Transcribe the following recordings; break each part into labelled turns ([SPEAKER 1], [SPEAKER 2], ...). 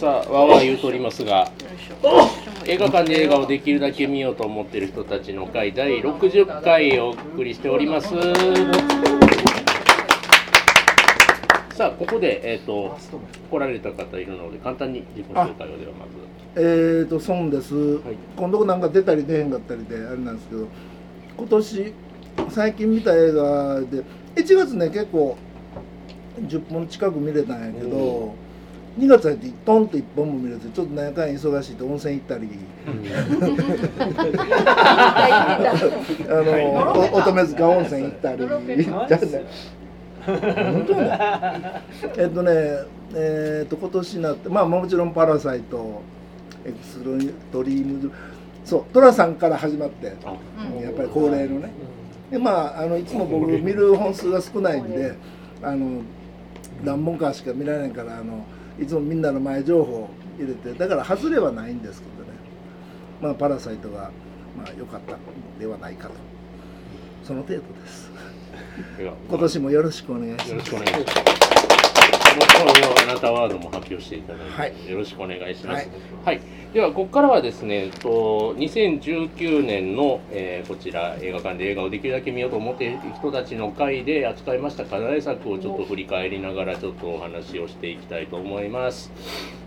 [SPEAKER 1] さあわーわー言うとおりますが映画館で映画をできるだけ見ようと思っている人たちの会第60回お送りしておりますさあここで、えー、と来られた方いるので簡単に自己紹介をではまず
[SPEAKER 2] えーと損です、
[SPEAKER 1] い
[SPEAKER 2] 今度なんか出たり出へんかったりであれなんですけど今年最近見た映画で1月ね結構10本近く見れたんやけど、2月入ってトンと1本も見れてちょっと何回忙しいと温泉行ったり あの、お乙女塚温泉行ったりじゃあね本当やね えっとねえっと今年になってまあもちろん「パラサイト」「エクストリームズ」そう寅さんから始まって
[SPEAKER 1] あ
[SPEAKER 2] やっぱり恒例のねでまああのいつも僕見る本数が少ないんであの何本かしか見られないからあのいつもみんなの前情報を入れてだから外れはないんですけどねまあ「パラサイトが」まあ良かったのではないかとその程度です
[SPEAKER 1] いや
[SPEAKER 2] 今年もよろしくお願いします
[SPEAKER 1] よろしくお願いします。この本をあなたワードも発表していただいて、
[SPEAKER 2] はい
[SPEAKER 1] よろしくお願いします。は
[SPEAKER 2] はいい。
[SPEAKER 1] ではここからはですね、えっと2019年の、えーこちら映画館で映画をできるだけ見ようと思っている人たちの会で扱いました課題作をちょっと振り返りながらちょっとお話をしていきたいと思います。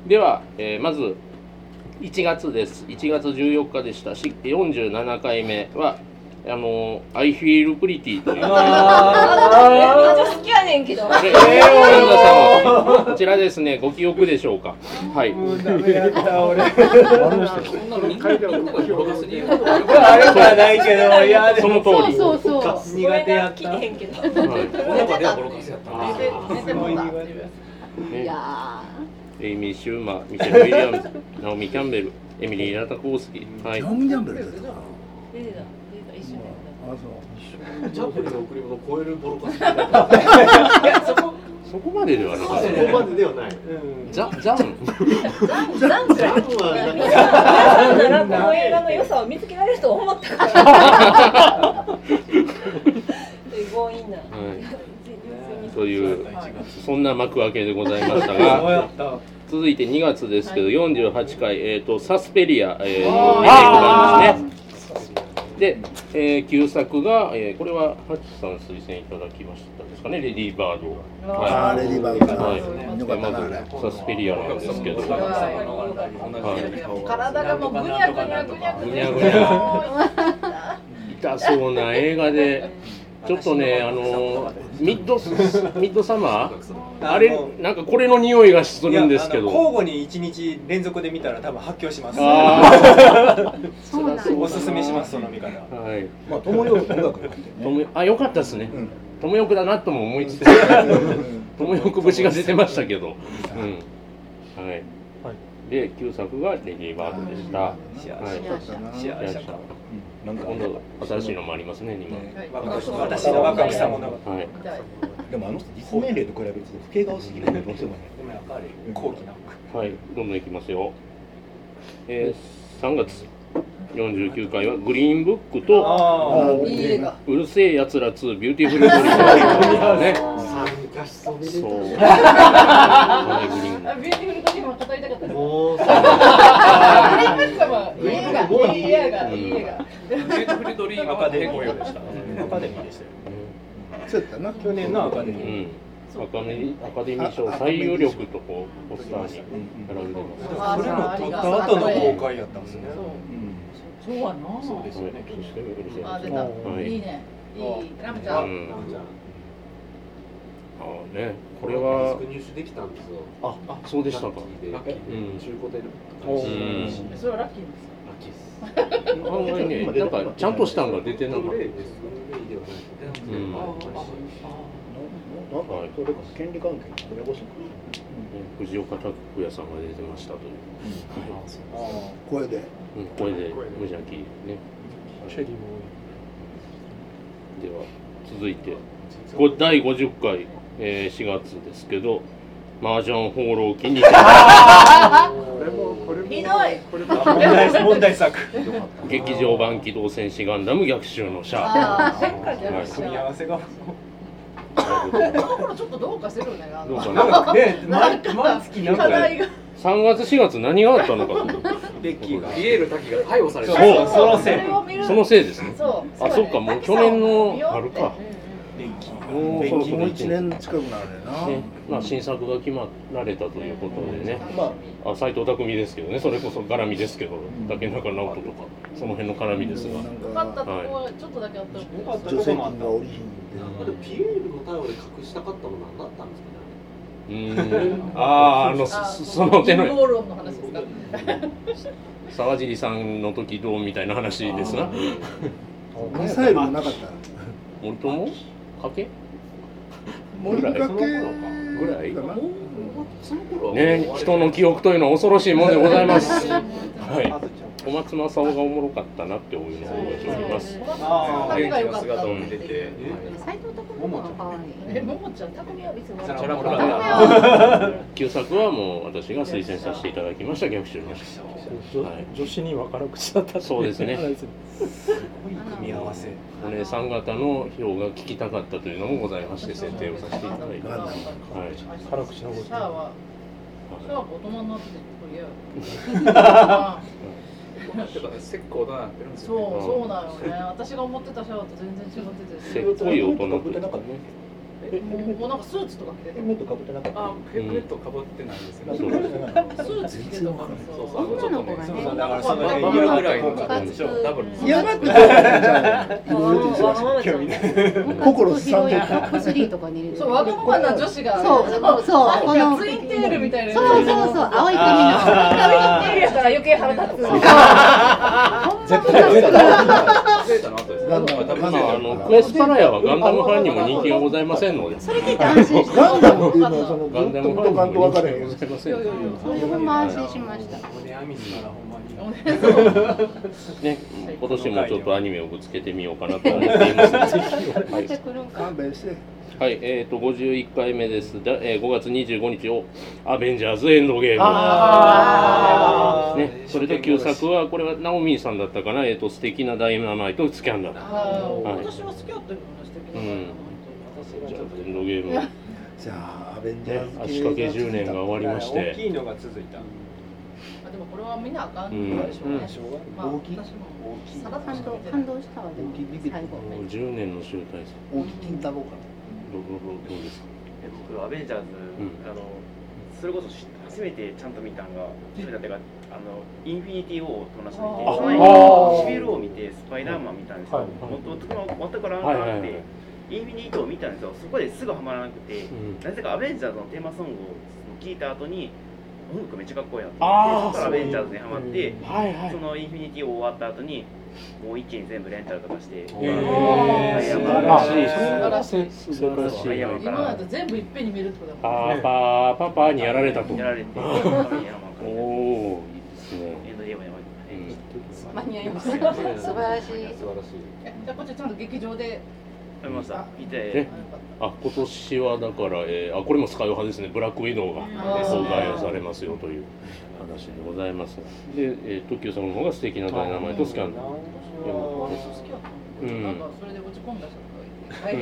[SPEAKER 1] では、えーまず1月です。1月14日でした。し47回目はあの I feel pretty という。
[SPEAKER 3] あ
[SPEAKER 4] 好きやねんけど。
[SPEAKER 1] これ、えー、大山さん、こちらですね、ご記憶でしょうか。はい。
[SPEAKER 3] ーダメやった俺
[SPEAKER 5] そんなのみんなで心を動かす理由もよくあ
[SPEAKER 3] 悪
[SPEAKER 5] る
[SPEAKER 3] くはないけどいやで
[SPEAKER 1] そ
[SPEAKER 3] も
[SPEAKER 1] の通
[SPEAKER 4] そう
[SPEAKER 1] り。
[SPEAKER 4] そうそう。
[SPEAKER 3] 苦手やった
[SPEAKER 4] 聞いてへんけど。
[SPEAKER 1] はい
[SPEAKER 5] お腹ではボロカスやった
[SPEAKER 1] あ
[SPEAKER 3] すごい苦手
[SPEAKER 1] ね
[SPEAKER 4] いや
[SPEAKER 1] エイミー・シューマー、ミシェル・ウィリアムズ、ナオミ・キャンベル、エミリー・ラタコースキー。はい
[SPEAKER 2] ナオ。ミ・ギャンブル出てたあ
[SPEAKER 4] ー。出てた。出てた一緒に。
[SPEAKER 2] そう
[SPEAKER 5] チャップリンの贈り物を超えるボロカス
[SPEAKER 3] いやそこ
[SPEAKER 1] そこまでではなかっ
[SPEAKER 5] そ
[SPEAKER 1] た。
[SPEAKER 5] こまでではない
[SPEAKER 3] うん
[SPEAKER 1] ザ、ザン。
[SPEAKER 4] なんか。なんかこの映画の良さを見つけられると思ったから。すごいな。
[SPEAKER 1] いという
[SPEAKER 4] はい
[SPEAKER 1] そんな幕開けでございました
[SPEAKER 3] そう や
[SPEAKER 1] が、
[SPEAKER 3] ったあ
[SPEAKER 1] 続いて2月ですけど、48回、えっ、と、サスペリア、えー、英語
[SPEAKER 3] あ
[SPEAKER 1] 版ですね。で、えー旧作が、えーこれはハッチさん推薦いただきましたですかね、レディーバード。
[SPEAKER 4] あー
[SPEAKER 2] あーレディーバーグか
[SPEAKER 1] はい
[SPEAKER 2] よかったなあれ
[SPEAKER 1] まずサスペリアなんですけど、
[SPEAKER 4] は
[SPEAKER 6] 体がもうぐにゃぐにゃぐにゃぐにゃ
[SPEAKER 1] ぐにゃぐに痛そうな映画で、ちょっとね、あのミッドスミッドサマー、あれ
[SPEAKER 3] もう、
[SPEAKER 1] なんかこれの匂いがするんですけ
[SPEAKER 3] いやあの
[SPEAKER 1] ど、
[SPEAKER 3] 交互に一日連続で見たら多分発狂します
[SPEAKER 1] あ
[SPEAKER 6] そうなんです
[SPEAKER 3] おすすめしますその見方
[SPEAKER 1] ーはい、
[SPEAKER 7] まあ、ともよく音楽なんで
[SPEAKER 1] と
[SPEAKER 7] ね。
[SPEAKER 1] もあ良かったですね
[SPEAKER 7] うん。
[SPEAKER 1] ともよくだなとも思い つつ、ともよく節が出てましたけど、うん、はい。で、旧作がレディーバードでした。は
[SPEAKER 3] シェア
[SPEAKER 1] い。
[SPEAKER 3] シェア
[SPEAKER 1] い
[SPEAKER 3] シ
[SPEAKER 1] らっ
[SPEAKER 3] ャ
[SPEAKER 1] しゃ
[SPEAKER 3] カ
[SPEAKER 1] る
[SPEAKER 7] うんなんか、
[SPEAKER 1] 今度新しいのもありますね、今。
[SPEAKER 7] ね
[SPEAKER 3] 私の若草物語
[SPEAKER 1] はい。
[SPEAKER 7] でもあの人、実年齢と比べると、不景が多すぎるんで、どうしてもね。
[SPEAKER 3] でもやっぱり高貴な
[SPEAKER 1] はい、どんどんいきますよ。えー、3月49回はグリーンブックと
[SPEAKER 3] あ
[SPEAKER 2] あー
[SPEAKER 4] いい映画。
[SPEAKER 1] うるせえやつら2ビューティフルボリュームね。
[SPEAKER 5] 参加しそうめで
[SPEAKER 1] そう。
[SPEAKER 5] と
[SPEAKER 1] はい、グリーンブッ
[SPEAKER 6] ビューティフルドリームを語りたかった
[SPEAKER 5] う
[SPEAKER 6] です。
[SPEAKER 5] もう
[SPEAKER 6] あれなんかもいい映画、いい映画、いい映画。
[SPEAKER 5] ビューティフルドリー
[SPEAKER 3] アカデミーでしたアカデミーでしたよ
[SPEAKER 2] そうやったな
[SPEAKER 3] 去年のアカデミー
[SPEAKER 1] ク。うん。アカデミーアカデミー賞最有力とこうポスターに並んでます。
[SPEAKER 3] それの撮った後の公開やったんですね。
[SPEAKER 6] そうやな。
[SPEAKER 3] そうです
[SPEAKER 1] は
[SPEAKER 3] よ
[SPEAKER 1] い
[SPEAKER 3] ね。、
[SPEAKER 1] そしてうるせえ
[SPEAKER 6] あ
[SPEAKER 1] や
[SPEAKER 6] 出
[SPEAKER 1] つ
[SPEAKER 6] た
[SPEAKER 1] ら。。はい。
[SPEAKER 6] いいね。いい。ラムち
[SPEAKER 1] う
[SPEAKER 6] ゃん。
[SPEAKER 1] ん。あーね、これは。
[SPEAKER 5] 入手できたんですよ。
[SPEAKER 1] あ、あ、そうでしたか。
[SPEAKER 5] ラッキーで中古で
[SPEAKER 1] うん。
[SPEAKER 6] それはラッキーです。
[SPEAKER 5] ラッキーです。
[SPEAKER 1] 案外ね、なんかちゃんとしたんが出てなかった。
[SPEAKER 7] なんか、それこそ権利関係、これこそ。
[SPEAKER 1] 藤岡拓也さんが出てましたという、
[SPEAKER 2] 声で
[SPEAKER 1] うん、これで無邪気ね
[SPEAKER 3] シェリーも
[SPEAKER 1] では続いてこれ第50回、えー、4月ですけど麻雀放浪記に
[SPEAKER 4] ひどい。
[SPEAKER 3] 問題問題作。
[SPEAKER 1] 劇場版機動戦士ガンダム逆襲のシャ
[SPEAKER 6] ああ、前回やりまし
[SPEAKER 3] 組み合
[SPEAKER 6] た。
[SPEAKER 3] わせが。
[SPEAKER 1] ープ
[SPEAKER 6] この頃ちょっとどうかしてるよね。
[SPEAKER 1] どうか
[SPEAKER 3] な
[SPEAKER 1] なん
[SPEAKER 3] かね、毎毎月なん
[SPEAKER 6] 課
[SPEAKER 3] か
[SPEAKER 6] 題が。
[SPEAKER 1] 3月4月何があったのかと
[SPEAKER 3] ベッキーが
[SPEAKER 5] ピエール滝が逮捕された
[SPEAKER 3] そうその
[SPEAKER 6] そ
[SPEAKER 3] せい
[SPEAKER 6] れを見る
[SPEAKER 1] そのせいですね
[SPEAKER 6] そう
[SPEAKER 1] あそっかもう去年の春か
[SPEAKER 3] ベッキー
[SPEAKER 2] も
[SPEAKER 3] が
[SPEAKER 2] う
[SPEAKER 3] ベ
[SPEAKER 2] そ
[SPEAKER 3] ッ
[SPEAKER 2] の
[SPEAKER 3] キ
[SPEAKER 2] こ
[SPEAKER 3] ー
[SPEAKER 2] の
[SPEAKER 3] が
[SPEAKER 2] 1年近くなるよな、
[SPEAKER 1] ねまあ、新作が決まられたということでね、
[SPEAKER 2] まあ
[SPEAKER 1] あ斎藤匠ですけどね、それこそ絡みですけど、竹中直人とか、その辺の絡みですが、
[SPEAKER 2] なん
[SPEAKER 6] 勝った
[SPEAKER 2] か
[SPEAKER 6] とこはちょっとだけあったよ
[SPEAKER 3] 良かった
[SPEAKER 2] 助
[SPEAKER 3] と
[SPEAKER 2] 成
[SPEAKER 3] こもあ
[SPEAKER 2] 金
[SPEAKER 3] った
[SPEAKER 2] がおりひん
[SPEAKER 5] でもピエールの逮捕で隠したかったのは何だったんですかね
[SPEAKER 1] うーん、 ああー、あの、
[SPEAKER 6] あ
[SPEAKER 1] そその手
[SPEAKER 6] 陰謀
[SPEAKER 1] の
[SPEAKER 6] 論の話ですか
[SPEAKER 1] 沢尻さんの時どうみたいな話ですな、
[SPEAKER 2] ミサイルもなかった
[SPEAKER 1] 森友賭け
[SPEAKER 2] 森かけ
[SPEAKER 1] その頃かぐらい
[SPEAKER 2] かな、
[SPEAKER 5] その頃はもう
[SPEAKER 1] ね、人の記憶というのは恐ろしいもんでござい ます。はい、小松政夫がおもろかったなっていうのを覚えております。
[SPEAKER 3] ああ
[SPEAKER 6] 仲が良かったって
[SPEAKER 1] うん
[SPEAKER 6] 言って
[SPEAKER 8] 斎藤匠の方が可愛い。
[SPEAKER 6] えももちゃん匠は別に
[SPEAKER 5] チ
[SPEAKER 6] 笑
[SPEAKER 5] ャ
[SPEAKER 6] っ
[SPEAKER 5] ラ
[SPEAKER 6] て
[SPEAKER 5] も
[SPEAKER 6] な
[SPEAKER 5] ら
[SPEAKER 6] い
[SPEAKER 1] 旧作はもう私が推薦させていただきました逆襲の人はい
[SPEAKER 9] 女子には辛口だったってい
[SPEAKER 1] そうですね
[SPEAKER 3] 組み合わせ
[SPEAKER 1] お姉さん方の票が聞きたかったというのもございまして選定をさせていただいて、
[SPEAKER 2] まあ
[SPEAKER 1] は
[SPEAKER 9] 辛口のこ
[SPEAKER 6] シャアはシャア
[SPEAKER 1] い、
[SPEAKER 6] は大人になっててこれ嫌や
[SPEAKER 5] こうなってからせっこうだなってるんです
[SPEAKER 6] そう
[SPEAKER 5] よ
[SPEAKER 6] そうなのね私が思ってたシャアと全然違ってて
[SPEAKER 1] せっこい大人というかね
[SPEAKER 6] えもうもうなんかスーツとか着て
[SPEAKER 7] ヘ
[SPEAKER 6] て
[SPEAKER 7] ルメットかぶってなかった。
[SPEAKER 5] あヘルメットかぶってないんですよね
[SPEAKER 1] そう
[SPEAKER 6] スーツ着てたから
[SPEAKER 5] そうそう
[SPEAKER 6] そう
[SPEAKER 8] 女の子が
[SPEAKER 3] そうそう
[SPEAKER 8] ね。
[SPEAKER 3] だからその辺
[SPEAKER 5] バブルぐらいの
[SPEAKER 8] バブル
[SPEAKER 5] でしょダブル
[SPEAKER 2] 嫌がってたらいいじゃんいろいろ出てきました
[SPEAKER 4] わがままちゃん
[SPEAKER 2] 心すさん
[SPEAKER 8] ト
[SPEAKER 2] で
[SPEAKER 8] ップ3とかに入れて
[SPEAKER 6] そうわがままな女子が
[SPEAKER 8] そうそうそう
[SPEAKER 6] な
[SPEAKER 8] こ
[SPEAKER 6] ん
[SPEAKER 8] の
[SPEAKER 6] かツインテールみたいな
[SPEAKER 8] そうそうそう青い髪
[SPEAKER 6] ツインテールやったら余計腹立つ
[SPEAKER 7] 絶対上だ。
[SPEAKER 5] ゼータの後です
[SPEAKER 2] ガンダム
[SPEAKER 1] まああのクエスパラヤはガンダムファンにも人気がございませんので
[SPEAKER 8] のそれ聞いて安心した
[SPEAKER 2] ガンダムっていうのはその
[SPEAKER 1] ガン
[SPEAKER 2] ず
[SPEAKER 1] ダ
[SPEAKER 2] っ
[SPEAKER 1] ム
[SPEAKER 2] と
[SPEAKER 1] ファン
[SPEAKER 2] 見と
[SPEAKER 1] に
[SPEAKER 2] かんと
[SPEAKER 1] も
[SPEAKER 2] 分
[SPEAKER 1] 人
[SPEAKER 2] か
[SPEAKER 1] 気
[SPEAKER 2] れ
[SPEAKER 1] がご
[SPEAKER 2] へんよ
[SPEAKER 1] ざいません
[SPEAKER 6] いやいやいや
[SPEAKER 8] それほんま安心しました
[SPEAKER 3] おねあみずならほんまに
[SPEAKER 1] ね、今年もちょっとアニメをぶつけてみようかなと思っていますので
[SPEAKER 8] また来るんか
[SPEAKER 2] 勘弁して
[SPEAKER 1] はい、えっ、と51回目です。だえー、5月25日をアベンジャーズエンドゲーム。
[SPEAKER 3] あー
[SPEAKER 1] ね、それと旧作はこれはナオミンさんだったかな。えっ、と素敵なダイナマイトスキャンダル。
[SPEAKER 6] あー
[SPEAKER 1] はい
[SPEAKER 6] 私は好きやったような素敵な
[SPEAKER 1] うん
[SPEAKER 6] 私
[SPEAKER 1] アベンジ
[SPEAKER 6] はち
[SPEAKER 1] ャ
[SPEAKER 6] ょ
[SPEAKER 1] ー
[SPEAKER 6] っ
[SPEAKER 1] ズエンドゲーム。ね、
[SPEAKER 2] じゃあアベンジャーズ
[SPEAKER 1] 足掛け10年が終わりまし
[SPEAKER 3] 大
[SPEAKER 1] て。
[SPEAKER 3] きいのが続いた
[SPEAKER 6] とあでもこれは見なあかんでしょうね
[SPEAKER 3] しょうがない
[SPEAKER 6] まあ
[SPEAKER 2] 大きい
[SPEAKER 6] 私も
[SPEAKER 2] 大きい
[SPEAKER 6] さらっと
[SPEAKER 8] 感
[SPEAKER 6] しか
[SPEAKER 8] 動
[SPEAKER 6] 見てない
[SPEAKER 8] 感動したわでも最後
[SPEAKER 1] もう10年の集大成。
[SPEAKER 2] 大木金太郎か
[SPEAKER 1] どうどうどうどうですか。
[SPEAKER 10] え僕アベンジャーズ、
[SPEAKER 1] ん
[SPEAKER 10] あのそれこそし初めてちゃんと見たのが初めてっていうかあのインフィニティ・ウォーを友達と見て
[SPEAKER 6] あ
[SPEAKER 10] その前に
[SPEAKER 9] あ
[SPEAKER 10] シビル・ウォーを見てスパイダーマン見たんですけど、
[SPEAKER 9] はい
[SPEAKER 10] もっと全く全くラン
[SPEAKER 1] はい
[SPEAKER 10] カ
[SPEAKER 1] はい
[SPEAKER 10] ー
[SPEAKER 1] は
[SPEAKER 10] っ
[SPEAKER 1] い。
[SPEAKER 10] て、インフィニティ・ウォーを見たんですよそこですぐハマらなくて、
[SPEAKER 1] うん
[SPEAKER 10] なぜかアベンジャーズのテーマソングを聞いた後に音楽めっちゃかっこいいなと
[SPEAKER 1] あー
[SPEAKER 10] 思ってそこからアベンジャーズにハマって
[SPEAKER 1] はいは
[SPEAKER 10] そのインフィニティ・ウォー終わった後にもう一気に全部レンタルとかして。
[SPEAKER 1] え
[SPEAKER 6] え
[SPEAKER 1] ー、
[SPEAKER 6] ー
[SPEAKER 1] 素
[SPEAKER 10] 素
[SPEAKER 1] 晴
[SPEAKER 10] 晴
[SPEAKER 1] ら
[SPEAKER 10] ら
[SPEAKER 1] し
[SPEAKER 10] し
[SPEAKER 1] い
[SPEAKER 10] い。
[SPEAKER 1] 素晴らし
[SPEAKER 10] アイアン
[SPEAKER 1] い
[SPEAKER 10] マンか
[SPEAKER 6] 今
[SPEAKER 10] ら
[SPEAKER 6] だと全部いっぺんに見るってことだもん
[SPEAKER 1] パーパーパパーにやられたと。
[SPEAKER 10] やられて、アベンジャーズのテーマソングを
[SPEAKER 1] おお、いいですね。
[SPEAKER 10] エンドゲームやばい。
[SPEAKER 1] うん
[SPEAKER 8] 間に合いました素晴らしい
[SPEAKER 5] 素晴らしい
[SPEAKER 6] えじゃあこっちはちゃんと劇場で
[SPEAKER 10] ありました。見
[SPEAKER 1] え
[SPEAKER 10] て、
[SPEAKER 6] あよかっ
[SPEAKER 1] あ今年はだから、えーあこれもスカイ派ですねブラックウィドウが
[SPEAKER 6] あー
[SPEAKER 1] 公開をされますよという話でございますで、えー、東さんの方が素敵なダイナマイトスキャンダル
[SPEAKER 6] た私好きやった
[SPEAKER 1] うん
[SPEAKER 6] のなんかそれで落ち込んだ人とかいて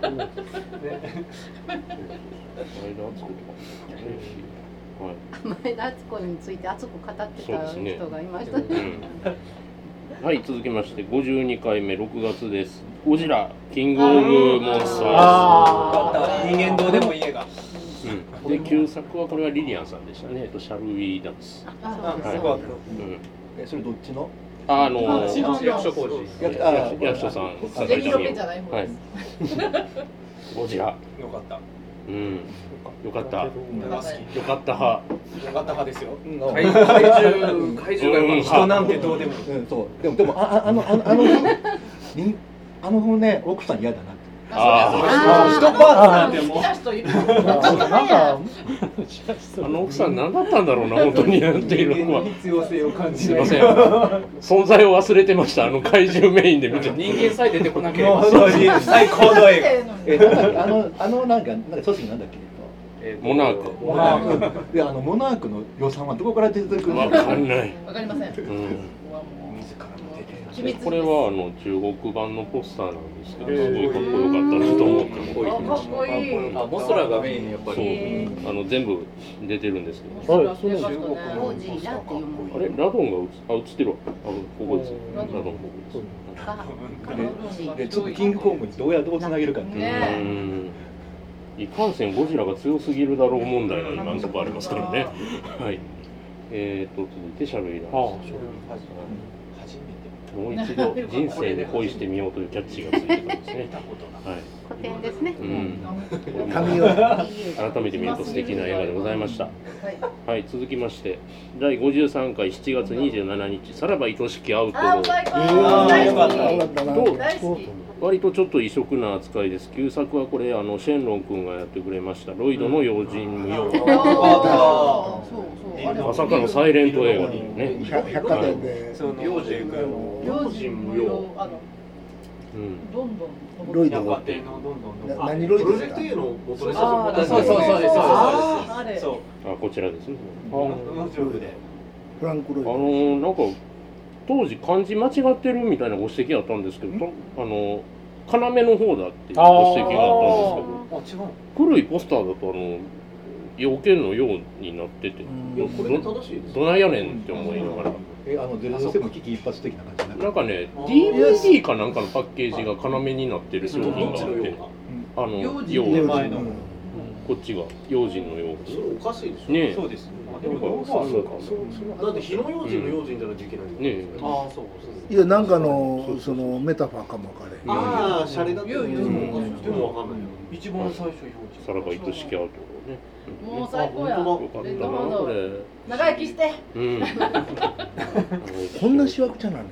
[SPEAKER 1] うん
[SPEAKER 6] 変
[SPEAKER 1] 前田敦子とかもねはい
[SPEAKER 8] 前田敦子について熱く語って
[SPEAKER 1] そうで
[SPEAKER 8] た
[SPEAKER 1] すね
[SPEAKER 8] 人がいましたね
[SPEAKER 1] うんはい続きまして52回目6月ですゴジラキングオブモンスター
[SPEAKER 3] よかった人間堂でも家が
[SPEAKER 1] ズうん、で旧作はこれはリリアンさんでしたね「えっとシャルウィーダンス
[SPEAKER 8] あそ
[SPEAKER 3] す
[SPEAKER 8] うそう
[SPEAKER 3] ご
[SPEAKER 1] う
[SPEAKER 3] い
[SPEAKER 1] ん、
[SPEAKER 7] え、それどっちの？
[SPEAKER 1] あの
[SPEAKER 6] あ違う
[SPEAKER 5] 役所工事
[SPEAKER 7] やった
[SPEAKER 1] 役役所さん
[SPEAKER 6] ゼリーロケじゃない方
[SPEAKER 1] はい
[SPEAKER 6] です。
[SPEAKER 1] ゴジラ。
[SPEAKER 3] よかった
[SPEAKER 1] うん。よかった。よ
[SPEAKER 3] 俺は好き
[SPEAKER 1] かった派。
[SPEAKER 3] よかった派ですよ
[SPEAKER 7] うん、
[SPEAKER 5] 怪獣怪獣が良かった
[SPEAKER 3] 人なんてどうでもいい
[SPEAKER 7] うん、そう。でもでもあああのあのあのにあのね奥さん嫌だなって。
[SPEAKER 1] あ
[SPEAKER 8] あ
[SPEAKER 3] 人パーツなんても
[SPEAKER 6] 好き
[SPEAKER 3] う
[SPEAKER 6] な人いる。
[SPEAKER 7] なんか
[SPEAKER 1] あ。あの奥さん何だったんだろうな本当になんていうのは。
[SPEAKER 3] 必要性を感
[SPEAKER 1] す
[SPEAKER 3] じ
[SPEAKER 1] い
[SPEAKER 3] る
[SPEAKER 1] ません。存在を忘れてました。あの怪獣メインで見て。
[SPEAKER 5] 人間さえ出てこなければ
[SPEAKER 3] 本当に最高の映
[SPEAKER 7] えなんかあのあのなんかなんか組織なんだっけ？
[SPEAKER 5] えーと
[SPEAKER 1] モナーク
[SPEAKER 7] モナーク。であのモナークの予算はどこから出てくるの？
[SPEAKER 1] わかんない。
[SPEAKER 6] わかりませ
[SPEAKER 1] う
[SPEAKER 6] ん。
[SPEAKER 1] ん。
[SPEAKER 6] ここはもう
[SPEAKER 3] 自らの手で
[SPEAKER 6] 秘密です
[SPEAKER 1] これはあの中国版のポスターなんですけど、
[SPEAKER 9] え
[SPEAKER 1] す
[SPEAKER 9] ー
[SPEAKER 1] ごいかっこよかったなと思ってます
[SPEAKER 5] こいい
[SPEAKER 6] あかっこいい。
[SPEAKER 5] あモスラがメインにやっぱ
[SPEAKER 1] そう
[SPEAKER 5] り
[SPEAKER 1] あの全部出てるんですけど、
[SPEAKER 9] はいそう
[SPEAKER 6] よかったね
[SPEAKER 8] ロージーラっていうも
[SPEAKER 1] あ
[SPEAKER 8] の
[SPEAKER 1] れラドンが映あ映ってるわ。あここです。
[SPEAKER 9] うん
[SPEAKER 1] ラドンここです。
[SPEAKER 8] がカロージー
[SPEAKER 7] でちょっとキングコングにどうやってつなげるかっていう、
[SPEAKER 1] うん
[SPEAKER 6] ね
[SPEAKER 1] いかんせんゴジラが強すぎるだろう問題が何とかありますからね。はい。えー、と続いてシャルイラン
[SPEAKER 9] ああ
[SPEAKER 1] も
[SPEAKER 9] そう
[SPEAKER 5] 初めて
[SPEAKER 1] う一度人生で恋してみようというキャッチがついてたんですね
[SPEAKER 5] 見。たこと
[SPEAKER 1] はい。
[SPEAKER 8] 古典ですね
[SPEAKER 1] う。ん。
[SPEAKER 2] 髪を
[SPEAKER 1] 改めて見ると素敵な映画でございました。
[SPEAKER 6] はい
[SPEAKER 1] はい、続きまして第53回7月27日さらば愛しきアウト
[SPEAKER 6] あ
[SPEAKER 1] ロ
[SPEAKER 6] ー
[SPEAKER 1] ー
[SPEAKER 6] 最高
[SPEAKER 3] ー
[SPEAKER 6] 大
[SPEAKER 3] よかった
[SPEAKER 2] よか
[SPEAKER 6] 好
[SPEAKER 2] ったな
[SPEAKER 1] ど
[SPEAKER 6] き大好き
[SPEAKER 1] 割とちょっと異色な扱いです旧作はこれあのシェンロン君がやってくれましたロイドの用心無用
[SPEAKER 6] あ
[SPEAKER 8] そうそう。
[SPEAKER 5] ない
[SPEAKER 1] まさかのサイレント映画にね、
[SPEAKER 2] 百百貨店で
[SPEAKER 3] その
[SPEAKER 5] 幼児行く
[SPEAKER 2] あの
[SPEAKER 6] 用心無用あの
[SPEAKER 1] うん、
[SPEAKER 6] どんどん
[SPEAKER 2] ロイ
[SPEAKER 3] や
[SPEAKER 2] ド
[SPEAKER 3] っ
[SPEAKER 2] を
[SPEAKER 3] ぱ天皇どんどんどん
[SPEAKER 2] な
[SPEAKER 3] あ
[SPEAKER 2] 何ロイド
[SPEAKER 5] プロ
[SPEAKER 2] で
[SPEAKER 5] ジ
[SPEAKER 2] す
[SPEAKER 5] ェク
[SPEAKER 2] か
[SPEAKER 5] ト A の元で
[SPEAKER 6] あー
[SPEAKER 5] そうそうそうですそうです
[SPEAKER 6] あれ
[SPEAKER 3] そ
[SPEAKER 1] あこちらですね
[SPEAKER 9] あ
[SPEAKER 1] あ
[SPEAKER 3] う
[SPEAKER 9] ー
[SPEAKER 3] 面白くて
[SPEAKER 2] フランクロイ
[SPEAKER 1] の
[SPEAKER 2] ド
[SPEAKER 1] ーなんか当時漢字間違ってるみたいなご指摘あったんですけどとあの要の方だっていうご指摘があったんですけど
[SPEAKER 3] あ違うの
[SPEAKER 1] 古いポスターだとあの要件のようになってて
[SPEAKER 2] うん
[SPEAKER 5] いやこれが正しいです
[SPEAKER 1] どないやねんって思いながら
[SPEAKER 7] えあの007危機一発的な感じにな
[SPEAKER 1] なん
[SPEAKER 7] る
[SPEAKER 1] かね
[SPEAKER 5] あー
[SPEAKER 1] DVD かなんかのパッケージが要になってる商
[SPEAKER 5] ど
[SPEAKER 1] 品
[SPEAKER 5] っ
[SPEAKER 1] が
[SPEAKER 5] ち
[SPEAKER 1] あ
[SPEAKER 5] の
[SPEAKER 1] っ
[SPEAKER 5] よ
[SPEAKER 1] てあ
[SPEAKER 5] うか
[SPEAKER 1] の
[SPEAKER 5] 用
[SPEAKER 1] 用
[SPEAKER 7] 前の
[SPEAKER 1] こっちが用心の用
[SPEAKER 5] それおかしいでしょ
[SPEAKER 1] ね
[SPEAKER 7] そうです
[SPEAKER 5] あで
[SPEAKER 1] えなんか
[SPEAKER 5] も
[SPEAKER 1] そうそう
[SPEAKER 5] だって火の用心の用心じゃなきゃいけないんだよ
[SPEAKER 1] ねえ
[SPEAKER 5] ああそう
[SPEAKER 2] いやなんかのそのメタファーかもわかれへん
[SPEAKER 5] ああシャレだって
[SPEAKER 6] うん
[SPEAKER 5] でもわかんないよ一番最初表示
[SPEAKER 1] さらば愛しきアウトね
[SPEAKER 6] もう最高や
[SPEAKER 5] あ
[SPEAKER 1] よかっ
[SPEAKER 6] レッ
[SPEAKER 1] た
[SPEAKER 6] ド
[SPEAKER 1] な
[SPEAKER 6] ハ
[SPEAKER 1] こ
[SPEAKER 6] ン
[SPEAKER 1] れ
[SPEAKER 6] ド長生きして
[SPEAKER 1] うん
[SPEAKER 2] こんなしわくちゃなんね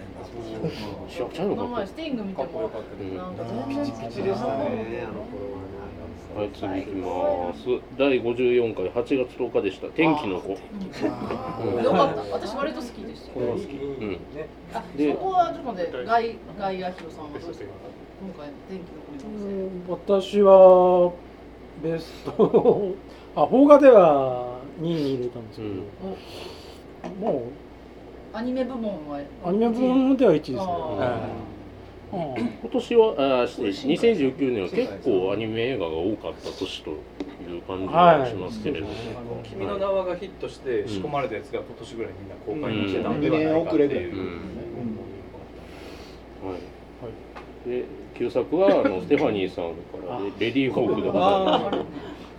[SPEAKER 1] しわくちゃう
[SPEAKER 6] こ
[SPEAKER 1] の
[SPEAKER 6] の
[SPEAKER 1] かっ
[SPEAKER 6] 前スティング見て
[SPEAKER 5] かっこよ
[SPEAKER 6] も
[SPEAKER 5] かった
[SPEAKER 1] うん
[SPEAKER 6] なんか
[SPEAKER 2] うん
[SPEAKER 6] 全然
[SPEAKER 2] ピチ
[SPEAKER 5] 口でしたねあの頃はね
[SPEAKER 1] たはい次行きます第54回8月10日でした天気の子
[SPEAKER 2] ん
[SPEAKER 1] うん
[SPEAKER 6] よかった私割と好きでした
[SPEAKER 1] これは好き
[SPEAKER 5] うんね
[SPEAKER 6] あ
[SPEAKER 1] で
[SPEAKER 6] そこはちょっとねガイガイアヒロさんはどうですか今回天気の子に
[SPEAKER 9] 私はベストあ邦画では2位に入れたんですけど、も
[SPEAKER 6] アニメ部門は
[SPEAKER 9] うアニメ部門では1位ですね、
[SPEAKER 6] あー
[SPEAKER 9] はいうん
[SPEAKER 1] 今年はあー2019年は結構アニメ映画が多かった年という感じがしますけれども、
[SPEAKER 5] あの君の名はがヒットして仕込まれたやつが今年ぐらいみんな公開にしてたんで
[SPEAKER 7] 2
[SPEAKER 5] はな
[SPEAKER 7] 年
[SPEAKER 5] いかっ
[SPEAKER 7] 遅
[SPEAKER 5] て
[SPEAKER 7] れぐらい
[SPEAKER 5] いうう。
[SPEAKER 1] んはいで旧作はあのステファニーさんからで「レディー・ホーク」でございます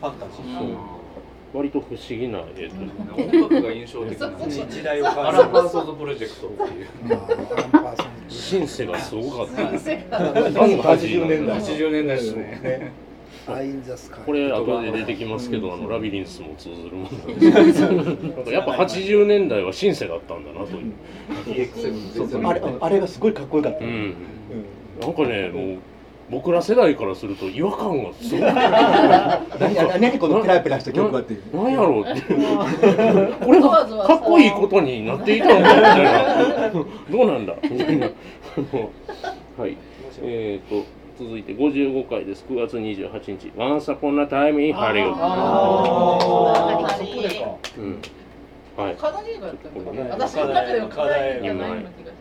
[SPEAKER 3] あファンタジー
[SPEAKER 1] そう割と不思議な絵というか
[SPEAKER 5] 音楽が印象的な
[SPEAKER 3] 時代を感
[SPEAKER 5] ア
[SPEAKER 3] じ
[SPEAKER 5] ラン・
[SPEAKER 3] る
[SPEAKER 5] パーソーズ・プロジェクトっていう
[SPEAKER 2] まあアンパーソン
[SPEAKER 1] シンセがすごかった
[SPEAKER 7] 80年代
[SPEAKER 5] 80年代ですね
[SPEAKER 2] アインザスカイ
[SPEAKER 1] これ後で出てきますけどあのラビリンスも通ずるものなんですなんかやっぱ80年代はシンセだったんだなという、
[SPEAKER 5] DX7
[SPEAKER 7] そう
[SPEAKER 5] 全
[SPEAKER 7] そう
[SPEAKER 5] 然
[SPEAKER 7] あれあれがすごいかっこよかった、
[SPEAKER 1] う
[SPEAKER 7] うん
[SPEAKER 1] ん、なんかねもう僕ら世代からすると違和感がすごい
[SPEAKER 7] 何何何このペラペラした曲はっていう
[SPEAKER 1] なんやろうっていうこれがかっこいいことになっていたのかみたいなどうなんだみたいなはいえー、と続いて55回です9月28日「Once Upon a Time in ハリウッド
[SPEAKER 6] あ
[SPEAKER 8] ー
[SPEAKER 6] そこでか」
[SPEAKER 1] うんはい
[SPEAKER 6] カナディーがやったんだけど私
[SPEAKER 3] カ
[SPEAKER 6] の
[SPEAKER 3] ナ
[SPEAKER 6] 中
[SPEAKER 3] デ
[SPEAKER 6] では
[SPEAKER 3] ィー
[SPEAKER 6] カナディーがないような気が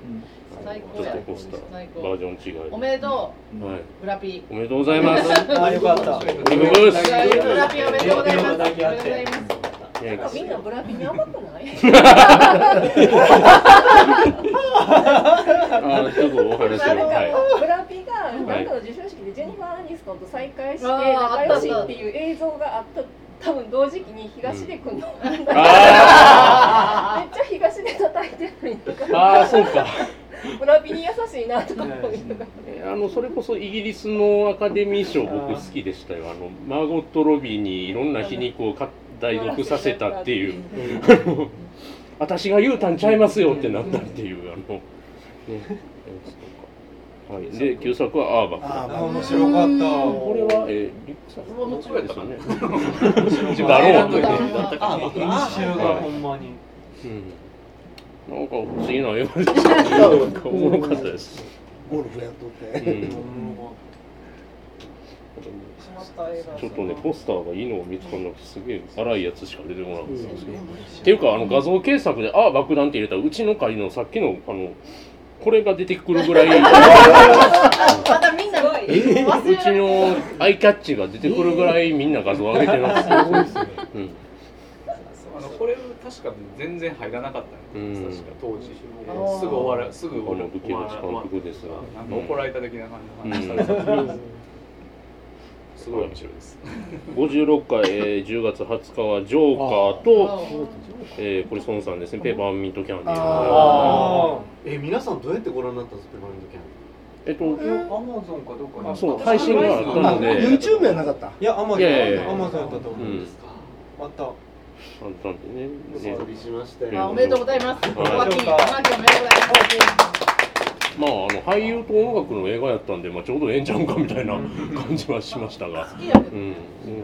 [SPEAKER 6] 最
[SPEAKER 1] ちょ
[SPEAKER 6] 高
[SPEAKER 1] っ
[SPEAKER 6] や
[SPEAKER 1] とポスターバージョン違いで
[SPEAKER 6] おめでと
[SPEAKER 1] はい、
[SPEAKER 6] うグラピ
[SPEAKER 1] おめでとうございます、
[SPEAKER 3] あよかった
[SPEAKER 1] ブルース
[SPEAKER 6] ーグラピーおめでとうございますおめでとうございます
[SPEAKER 4] み
[SPEAKER 1] ね
[SPEAKER 4] んなブラピに甘くない
[SPEAKER 1] あーちょっとお
[SPEAKER 4] なんか
[SPEAKER 1] 話をは
[SPEAKER 4] ブラピがなんかの授賞式でジェニファー・アニストンと再会して
[SPEAKER 6] あー
[SPEAKER 4] 仲良しっていう映像があった多分同時期に東出君の問題
[SPEAKER 1] い
[SPEAKER 4] が
[SPEAKER 1] あ
[SPEAKER 4] めっちゃ東出叩いてるのにとか
[SPEAKER 1] ーあーそうか
[SPEAKER 4] ブラピに優しいなとか思いながら
[SPEAKER 1] えーあのそれこそイギリスのアカデミー賞僕好きでしたよあのマーゴット・ロビーにいろんな皮肉をか代読させたっていう「私が言うたんちゃいますよ」ってなったっていうあのねそうかはい、で旧作は「アーバック」
[SPEAKER 2] ああまあ
[SPEAKER 3] 面白かった
[SPEAKER 1] これは、えー、リクさんの間違えたかね。
[SPEAKER 3] バロ
[SPEAKER 1] だろうね。
[SPEAKER 3] あ印象がほんまに
[SPEAKER 1] うん。なんか不思議な映画でした。なんかおもろかったです。
[SPEAKER 2] ゴルフやっとっ
[SPEAKER 1] う
[SPEAKER 2] て
[SPEAKER 1] ん。ちょっとね、ポスターがいいのを見つかんなくて、すげえ荒いやつしか出てこなかったんですけど。っていうか、あの画像検索で、ああ、爆弾って入れたら、うちの会のさっきの、あの、これが出てくるぐらい
[SPEAKER 6] またみんな忘
[SPEAKER 1] う
[SPEAKER 6] れられ
[SPEAKER 1] ち
[SPEAKER 6] る
[SPEAKER 1] のアイキャッチが出てくるぐらいみんな画像上げてるんですよ。うん
[SPEAKER 5] あのこれ確か全然入らなかったんです、確か当時、え
[SPEAKER 6] あー
[SPEAKER 5] ーすぐ終わるすぐ
[SPEAKER 1] こ
[SPEAKER 5] 終
[SPEAKER 1] の
[SPEAKER 5] わる
[SPEAKER 1] 不気味感覚ですが
[SPEAKER 5] なんか怒られた的な感じの話されてた
[SPEAKER 1] うん
[SPEAKER 5] すごい面白いです
[SPEAKER 1] 56回、えー10月20日はジョーカー と、えー、これソンさんですね、ペーパーミントキャンディー。
[SPEAKER 3] ああ
[SPEAKER 11] え皆さんどうやってご覧になったんですかペパーミントキャン
[SPEAKER 1] えっと、
[SPEAKER 3] アマゾンかどうか
[SPEAKER 1] あそう配信があったので
[SPEAKER 2] YouTube やなかった
[SPEAKER 3] いやアマゾン
[SPEAKER 1] いやいやいや
[SPEAKER 3] アマゾンやったと
[SPEAKER 1] う
[SPEAKER 3] 思うんですまた
[SPEAKER 1] あったんでね。
[SPEAKER 11] ディーお送りしました
[SPEAKER 6] あお
[SPEAKER 11] よ
[SPEAKER 6] めでとうございます。
[SPEAKER 1] はい
[SPEAKER 6] マキマキおめでとうござい
[SPEAKER 1] まあ、あの俳優と音楽の映画やったんで、まあ、ちょうどええんちゃうんかみたいな感じはしましたが
[SPEAKER 6] ま。す。好きやけ
[SPEAKER 1] う
[SPEAKER 6] ど。
[SPEAKER 1] ん、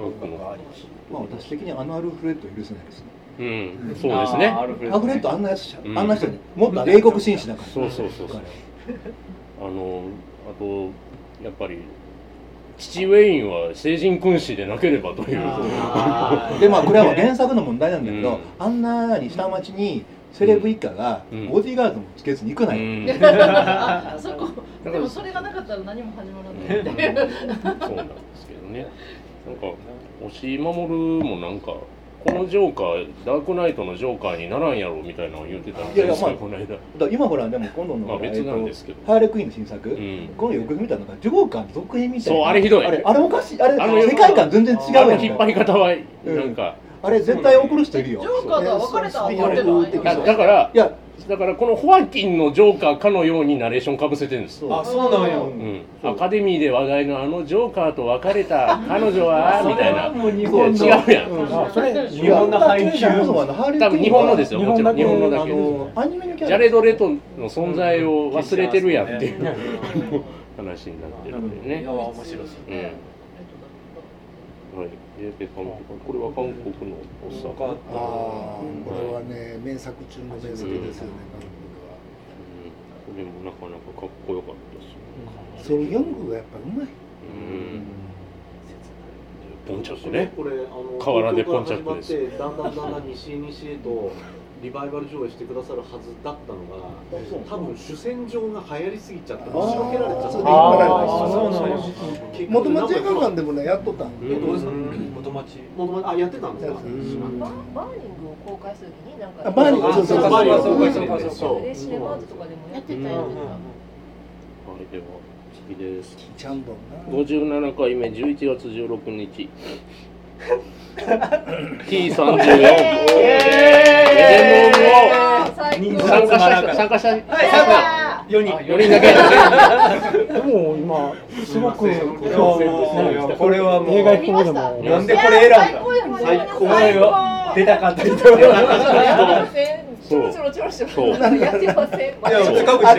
[SPEAKER 1] 音楽の。
[SPEAKER 7] まあ私的にあのアルフレッド許せないですね
[SPEAKER 1] うん、そうですね。
[SPEAKER 7] アルフレッドあんなやつじゃ、
[SPEAKER 1] うん
[SPEAKER 7] あんな人にもっと冷酷紳士だから
[SPEAKER 1] そうそうそうそうあのあとやっぱり父ウェインは聖人君子でなければという
[SPEAKER 7] でまあこれはまあ原作の問題なんだけど、
[SPEAKER 1] うん
[SPEAKER 7] あんなに下町にセレブ一家が
[SPEAKER 1] うん
[SPEAKER 7] ボディーガードもつけずに行くな
[SPEAKER 1] う
[SPEAKER 7] よ、
[SPEAKER 1] ん
[SPEAKER 6] あそこでもそれがなかったら何も始まらないっていう。
[SPEAKER 1] そうなんですけどねなんか押井守もなんかこのジョーカーダークナイトのジョーカーにならんやろみたいなのを言ってたん
[SPEAKER 7] いやい
[SPEAKER 1] で
[SPEAKER 7] や
[SPEAKER 1] す
[SPEAKER 7] まあ
[SPEAKER 1] よこの間
[SPEAKER 7] だから今ほらでも今度の、
[SPEAKER 1] まあ別なんですけど
[SPEAKER 7] えっとハーレクイーンの新作、
[SPEAKER 1] うん
[SPEAKER 7] このよく見たのがジョーカーの続編みたいな
[SPEAKER 1] そうあれひどい
[SPEAKER 7] あれあれおかしいあれ
[SPEAKER 1] あの
[SPEAKER 7] 世界観全然違う
[SPEAKER 1] あの
[SPEAKER 7] や
[SPEAKER 1] 引っ
[SPEAKER 7] ん
[SPEAKER 1] 張
[SPEAKER 7] か
[SPEAKER 1] り方はなんか、
[SPEAKER 7] あれ絶対怒る人いる
[SPEAKER 6] ジョ
[SPEAKER 7] よ
[SPEAKER 6] ーカーとは別れた後って
[SPEAKER 2] うん
[SPEAKER 1] だ
[SPEAKER 6] ない。
[SPEAKER 1] だから
[SPEAKER 7] いや
[SPEAKER 1] だからこのホアキンのジョーカーかのようにナレーションかぶせてるんです
[SPEAKER 7] そう
[SPEAKER 3] あそうなんや
[SPEAKER 7] う
[SPEAKER 1] うんん、アカデミーで話題のあのジョーカーと別れた彼女はみたいな
[SPEAKER 3] もう日
[SPEAKER 1] 本のいや違うやん
[SPEAKER 9] あそれ
[SPEAKER 3] 日本の配給
[SPEAKER 7] いやそもそもあのハーレクイーンは
[SPEAKER 1] 多分日本のですよ
[SPEAKER 9] 日
[SPEAKER 1] も
[SPEAKER 9] 本
[SPEAKER 1] ちろ
[SPEAKER 9] だ
[SPEAKER 1] ん
[SPEAKER 9] け
[SPEAKER 1] 日本のだけ
[SPEAKER 7] あ
[SPEAKER 1] で
[SPEAKER 7] のアニメのキ
[SPEAKER 1] す
[SPEAKER 7] ャ
[SPEAKER 1] ジ
[SPEAKER 7] ラ
[SPEAKER 1] ャレド・レトンの存在を忘れてるやんっていう
[SPEAKER 3] うん
[SPEAKER 1] うん話になってるんでね、
[SPEAKER 3] 面白い
[SPEAKER 1] うんはい、でペパもこれは韓国のおっさんかな
[SPEAKER 2] ああこれはね名作中の名作ですよね、韓
[SPEAKER 1] う
[SPEAKER 2] 国は
[SPEAKER 1] んこれもなかなかかっこよかったですよ
[SPEAKER 2] ソル・ヨングがやっぱうまい
[SPEAKER 1] うんポンチャックね
[SPEAKER 11] これあの
[SPEAKER 1] 河原でポンチャックです
[SPEAKER 11] 東京から始まってだんだんだんだん西へ西へとリバイバル上映してくださるはずだったのが多分主戦場が流行りすぎちゃって押しのけられちゃった
[SPEAKER 2] それで引っ張られた
[SPEAKER 3] あーそうなんや
[SPEAKER 11] 結局
[SPEAKER 2] 元町映画館でもねやっとったん
[SPEAKER 1] うん
[SPEAKER 11] どうですか
[SPEAKER 3] 元町
[SPEAKER 11] 元町あやってたんですか
[SPEAKER 1] うん
[SPEAKER 11] あ
[SPEAKER 8] ババーニングを公開するときになんか
[SPEAKER 2] あバーニング
[SPEAKER 11] そうそうそう
[SPEAKER 3] バーニング
[SPEAKER 11] そう
[SPEAKER 3] そうかそうか
[SPEAKER 11] そう
[SPEAKER 8] レシネマーズとかでもややっっててたよね。
[SPEAKER 1] あれでは次です
[SPEAKER 2] ちゃんとな
[SPEAKER 1] 57回目11月16日 T34
[SPEAKER 6] 最
[SPEAKER 3] 人
[SPEAKER 6] 高
[SPEAKER 3] 数。
[SPEAKER 1] 参加した参加した
[SPEAKER 6] い参加
[SPEAKER 3] 4人
[SPEAKER 1] 4人だけ
[SPEAKER 9] でも今すごく
[SPEAKER 3] いやもうこれはもう
[SPEAKER 9] 映画行くのでも
[SPEAKER 3] な。んでこれ選んだ
[SPEAKER 6] 最高や
[SPEAKER 3] 最高出たかった人いや
[SPEAKER 1] そ
[SPEAKER 8] そうう。ちょろちょろしてます。やってません。
[SPEAKER 1] そう
[SPEAKER 3] 近くして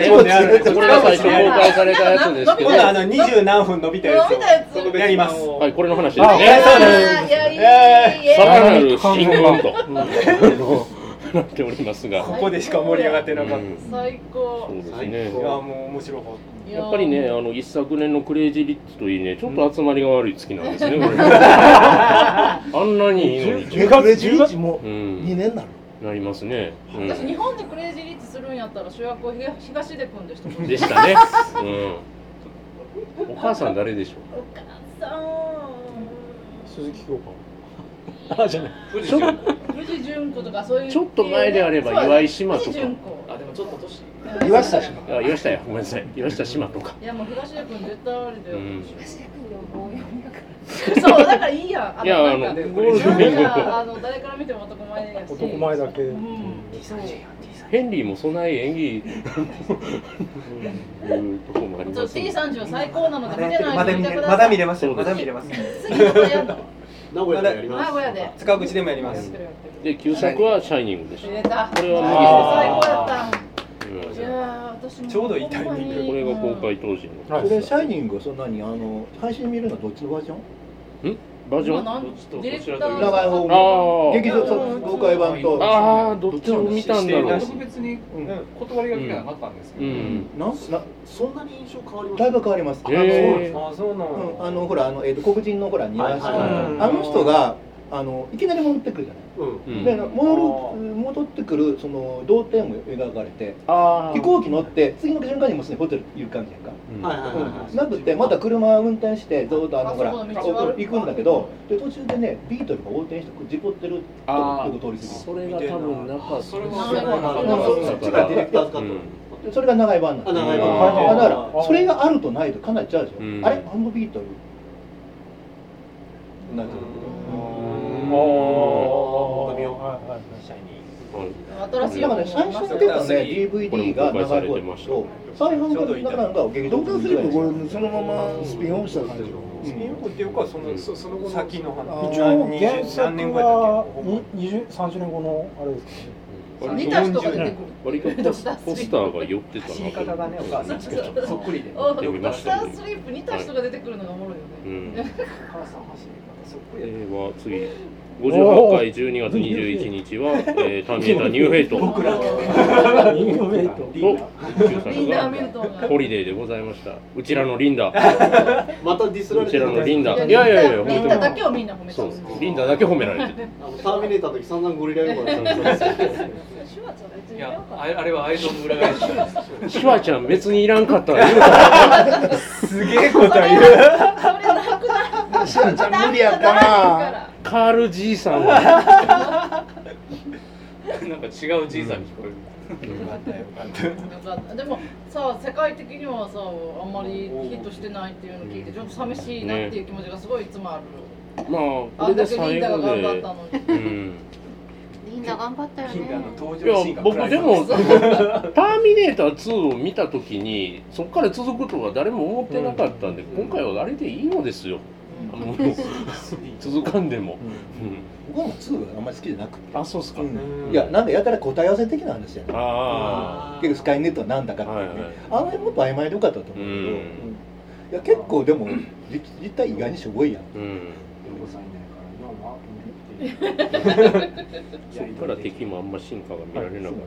[SPEAKER 3] これ
[SPEAKER 1] これが最初公開されたやつですけど
[SPEAKER 3] 今度あの二十何分伸びたや
[SPEAKER 6] 伸びたやつ
[SPEAKER 3] つをやります
[SPEAKER 1] はいこれの話です
[SPEAKER 3] あえ
[SPEAKER 1] ね
[SPEAKER 3] そう
[SPEAKER 6] いやいいいい
[SPEAKER 1] さ
[SPEAKER 6] い
[SPEAKER 1] らなる進軍とうんなっておりますが
[SPEAKER 3] ここでしか盛り上がってなかった
[SPEAKER 1] うん
[SPEAKER 6] 最
[SPEAKER 1] そ
[SPEAKER 6] 高
[SPEAKER 1] う。ですね
[SPEAKER 3] いやもう面白かっ
[SPEAKER 1] やっぱりね、あの一昨年のクレイジーリッチといいね、ちょっと集まりが悪い月なんですね、 これ。あんなにいいのに。
[SPEAKER 9] 10月
[SPEAKER 2] クレイジーリッチも
[SPEAKER 1] う
[SPEAKER 2] 2
[SPEAKER 1] ん、
[SPEAKER 2] 年なの
[SPEAKER 1] なりますね。う
[SPEAKER 6] 私日
[SPEAKER 1] ん、
[SPEAKER 6] 本でクレイジーリッチするんやったら主役を東東出君でしたもん
[SPEAKER 1] でしたね。うん。お母さん誰でしょ
[SPEAKER 6] お母さ
[SPEAKER 9] 鈴木京 香あじゃない
[SPEAKER 5] 富士山
[SPEAKER 6] ん藤純子とかそういう
[SPEAKER 1] ちょっと前であれば
[SPEAKER 6] そうやね
[SPEAKER 1] 岩井島とか
[SPEAKER 6] 藤純子
[SPEAKER 5] あでもちょっと年
[SPEAKER 2] 岩下
[SPEAKER 1] う。
[SPEAKER 2] 氏
[SPEAKER 1] あ、岩下や、ごめんなさい。岩下志麻とか。
[SPEAKER 6] いやもう東出君絶対あれだ
[SPEAKER 1] う
[SPEAKER 6] よ、
[SPEAKER 1] ん。
[SPEAKER 6] そうだからいいや
[SPEAKER 1] いや、あの、
[SPEAKER 6] なんか
[SPEAKER 1] ゴールデンウィーク
[SPEAKER 6] なんかあの誰から見ても男前やし
[SPEAKER 9] 男前だけ、
[SPEAKER 6] うんそう
[SPEAKER 1] ヘンリーもそない演 技。いうとこもあり
[SPEAKER 6] ちょ
[SPEAKER 1] ま
[SPEAKER 6] っと
[SPEAKER 1] すね。
[SPEAKER 6] T30 最高なので見て
[SPEAKER 3] た
[SPEAKER 6] ない
[SPEAKER 3] まだ
[SPEAKER 6] 人
[SPEAKER 3] 見
[SPEAKER 6] 見
[SPEAKER 3] れ
[SPEAKER 6] てください
[SPEAKER 3] まだ見れますよまだ見れます
[SPEAKER 6] 次どこやんの
[SPEAKER 11] 名古屋でやりま
[SPEAKER 6] 名
[SPEAKER 11] す
[SPEAKER 6] 古屋で
[SPEAKER 3] 塚口でもやりま
[SPEAKER 6] やっ
[SPEAKER 3] す
[SPEAKER 6] てるやってる
[SPEAKER 1] で、旧作はシャイニングでした。
[SPEAKER 6] 出た
[SPEAKER 1] これは
[SPEAKER 6] あ
[SPEAKER 1] う
[SPEAKER 6] ー最
[SPEAKER 1] ん
[SPEAKER 6] 高やったいやー私も
[SPEAKER 3] ちょうどいいタイミング
[SPEAKER 6] ほんまに
[SPEAKER 1] これが公開当時の。
[SPEAKER 7] それシャイニングはそんなにあの配信見るのはどっちのバージョン
[SPEAKER 1] バージョン。
[SPEAKER 6] まあなんディレクター
[SPEAKER 7] 名前を
[SPEAKER 1] あ
[SPEAKER 7] 劇場そう公開版と
[SPEAKER 1] ああーどっちを見たんだろう
[SPEAKER 5] 僕別に断りが来てなかったんですけ
[SPEAKER 1] う
[SPEAKER 5] ど、
[SPEAKER 1] ん
[SPEAKER 7] なんな
[SPEAKER 11] そんなに印象変わりま
[SPEAKER 7] だい
[SPEAKER 11] し
[SPEAKER 7] ぶ
[SPEAKER 11] た
[SPEAKER 7] 変わります。
[SPEAKER 1] へー
[SPEAKER 3] あそうな
[SPEAKER 7] うん
[SPEAKER 3] の
[SPEAKER 7] あのほらあのえっと黒人のほら庭師
[SPEAKER 11] はいはい
[SPEAKER 1] はい
[SPEAKER 7] あの人があのいきなり戻ってくるじゃない。
[SPEAKER 11] うん
[SPEAKER 7] で戻る戻ってくるその童貞も描かれて
[SPEAKER 9] あ
[SPEAKER 7] 飛行機乗って次の瞬間にもうすでにホテルいる感じやんか、
[SPEAKER 11] うんはいはいはいはい
[SPEAKER 7] なくてまた車運転してずっとあの
[SPEAKER 11] あ
[SPEAKER 7] ほら
[SPEAKER 11] そこの道
[SPEAKER 7] こ
[SPEAKER 11] 悪い
[SPEAKER 7] 行くんだけどで途中でねビートルが横転して事故ってるとこ通り過ぎ
[SPEAKER 1] それが多分なかったそれ
[SPEAKER 7] も
[SPEAKER 1] そっちがディレクター使っ
[SPEAKER 7] でそれが長い版なん
[SPEAKER 1] あ長い版
[SPEAKER 7] だからそれがあるとないとかなり違うでしょ、
[SPEAKER 1] うん
[SPEAKER 7] あれあのビートルなんていうの
[SPEAKER 6] 新しい
[SPEAKER 7] だからね最初に出たね DVD が
[SPEAKER 1] これも公開さ
[SPEAKER 7] 長
[SPEAKER 1] れ
[SPEAKER 7] い
[SPEAKER 1] て
[SPEAKER 7] 方
[SPEAKER 1] ました
[SPEAKER 7] と再販がなんか劇場
[SPEAKER 2] ドクタースリップこれそのままスピンオフした感じ、
[SPEAKER 3] スピンオフっていうかそのそその後の先の話
[SPEAKER 9] 一応
[SPEAKER 3] 何
[SPEAKER 9] 原
[SPEAKER 3] 20
[SPEAKER 9] 作
[SPEAKER 3] 何年後やったっ
[SPEAKER 9] はに20 30年後のあれですかね
[SPEAKER 6] 似た人が出てくる
[SPEAKER 1] 割とポスポスターが寄ってたなと思って
[SPEAKER 3] 方がねお母さん
[SPEAKER 6] そうそうそう
[SPEAKER 3] そっくりで
[SPEAKER 6] あ
[SPEAKER 1] 読みましたよ
[SPEAKER 6] ドクタースリープ似た人が出てくるのがおもろいよね。
[SPEAKER 1] うん
[SPEAKER 3] 母さん走り方そっ
[SPEAKER 1] こ
[SPEAKER 3] くり
[SPEAKER 1] れ
[SPEAKER 3] や
[SPEAKER 1] は次58回12月21日は「えーターミネーターニューヘイト」
[SPEAKER 3] 僕ら
[SPEAKER 9] ニューメイト
[SPEAKER 1] と中
[SPEAKER 6] リンダーミル
[SPEAKER 1] 作
[SPEAKER 6] トンが
[SPEAKER 1] がホリデーでございましたうちらのリン ダ
[SPEAKER 11] またディスら
[SPEAKER 1] う
[SPEAKER 11] れ
[SPEAKER 1] ち
[SPEAKER 11] て
[SPEAKER 1] らのリンダい
[SPEAKER 6] リンダ
[SPEAKER 1] やいやいや
[SPEAKER 6] リンダだけをみんな褒めた
[SPEAKER 1] そうリンダだけ褒められてる
[SPEAKER 11] あのターミネーターの時散々ゴリラ呼ばれたんですよ
[SPEAKER 4] 手話じゃ別
[SPEAKER 5] い
[SPEAKER 4] に
[SPEAKER 5] やああれは愛情の裏返しなんですよ
[SPEAKER 1] シュワちゃん別にいらんかったら言うから
[SPEAKER 3] すげえこと言う
[SPEAKER 2] シアちゃん無理やったな
[SPEAKER 1] カールじいさんは
[SPEAKER 5] なんか違うじいさんに聞こえる
[SPEAKER 3] よかったよかった
[SPEAKER 6] よかったでもさ世界的にはさあんまりヒットしてないっていうのを聞いてちょっと寂しいなっていう気持ちがすごいいつもある。
[SPEAKER 1] まあこれで最後
[SPEAKER 6] あんだけリンダが頑張
[SPEAKER 1] で
[SPEAKER 6] ったのに
[SPEAKER 1] うん
[SPEAKER 8] みんな頑張ったよ
[SPEAKER 3] キングあの
[SPEAKER 8] ね。
[SPEAKER 3] 登
[SPEAKER 1] い
[SPEAKER 3] 場シーン
[SPEAKER 1] や
[SPEAKER 3] が
[SPEAKER 1] 僕
[SPEAKER 3] 暗い
[SPEAKER 1] でも「ターミネーター2」を見た時にそこから続くとは誰も思ってなかったんで、今回はあれでいいのですよ、あの続かんでも、
[SPEAKER 7] 僕も2があんまり好きじゃなくて、
[SPEAKER 1] うんあそうっすか、
[SPEAKER 7] いやなんかやたら答え合わせ的なんですよね
[SPEAKER 1] あ
[SPEAKER 7] 結局スカイネットはなんだかっていうね、
[SPEAKER 1] はいはい
[SPEAKER 7] あの辺もっと曖昧でよかったと思うけど、
[SPEAKER 1] うん
[SPEAKER 7] うんいや結構でも実実態意外にしょぼいやん
[SPEAKER 1] あうん
[SPEAKER 3] 横さんいないから今は
[SPEAKER 1] そっから敵もあんま進化が見られなかっ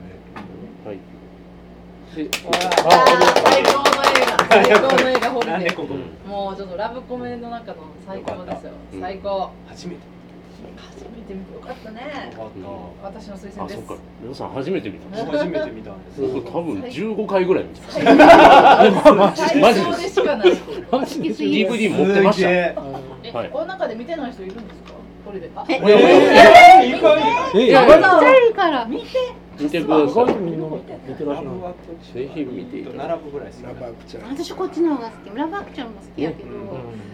[SPEAKER 1] た、はい
[SPEAKER 6] 最高の映画最高の映画ホリ
[SPEAKER 3] なん
[SPEAKER 6] デ
[SPEAKER 3] で
[SPEAKER 6] ー
[SPEAKER 3] ここ
[SPEAKER 6] もうちょっとラブコメの中の最高ですよ
[SPEAKER 1] うん
[SPEAKER 6] 最高
[SPEAKER 3] 初めて
[SPEAKER 6] 初めて見てよかったね私の推薦
[SPEAKER 1] あ
[SPEAKER 6] で
[SPEAKER 1] そ
[SPEAKER 6] す
[SPEAKER 1] っか皆さん初めて見た
[SPEAKER 3] 初めて見たんです
[SPEAKER 1] 僕多分15回ぐらい見た
[SPEAKER 6] 最高
[SPEAKER 1] マジ
[SPEAKER 6] 最
[SPEAKER 1] で
[SPEAKER 6] 高
[SPEAKER 1] す
[SPEAKER 6] でしかない
[SPEAKER 9] マジで
[SPEAKER 1] DVD 持ってました
[SPEAKER 3] え
[SPEAKER 6] え
[SPEAKER 1] はい
[SPEAKER 6] この中で見てない人いるんですかホリデーあ
[SPEAKER 1] いやいや
[SPEAKER 3] 意外
[SPEAKER 9] え
[SPEAKER 1] いや
[SPEAKER 9] 意外と
[SPEAKER 1] あ
[SPEAKER 8] 痛いから。
[SPEAKER 1] 見てくだ
[SPEAKER 9] 意外
[SPEAKER 1] さ
[SPEAKER 9] と
[SPEAKER 1] い
[SPEAKER 9] みんな見てらっしゃるな
[SPEAKER 1] ぜひ見ていただき
[SPEAKER 3] 並ぶぐらいです
[SPEAKER 2] ラバークちゃん
[SPEAKER 8] 私こっちの方が好き。ラバークちゃんも好きやけど。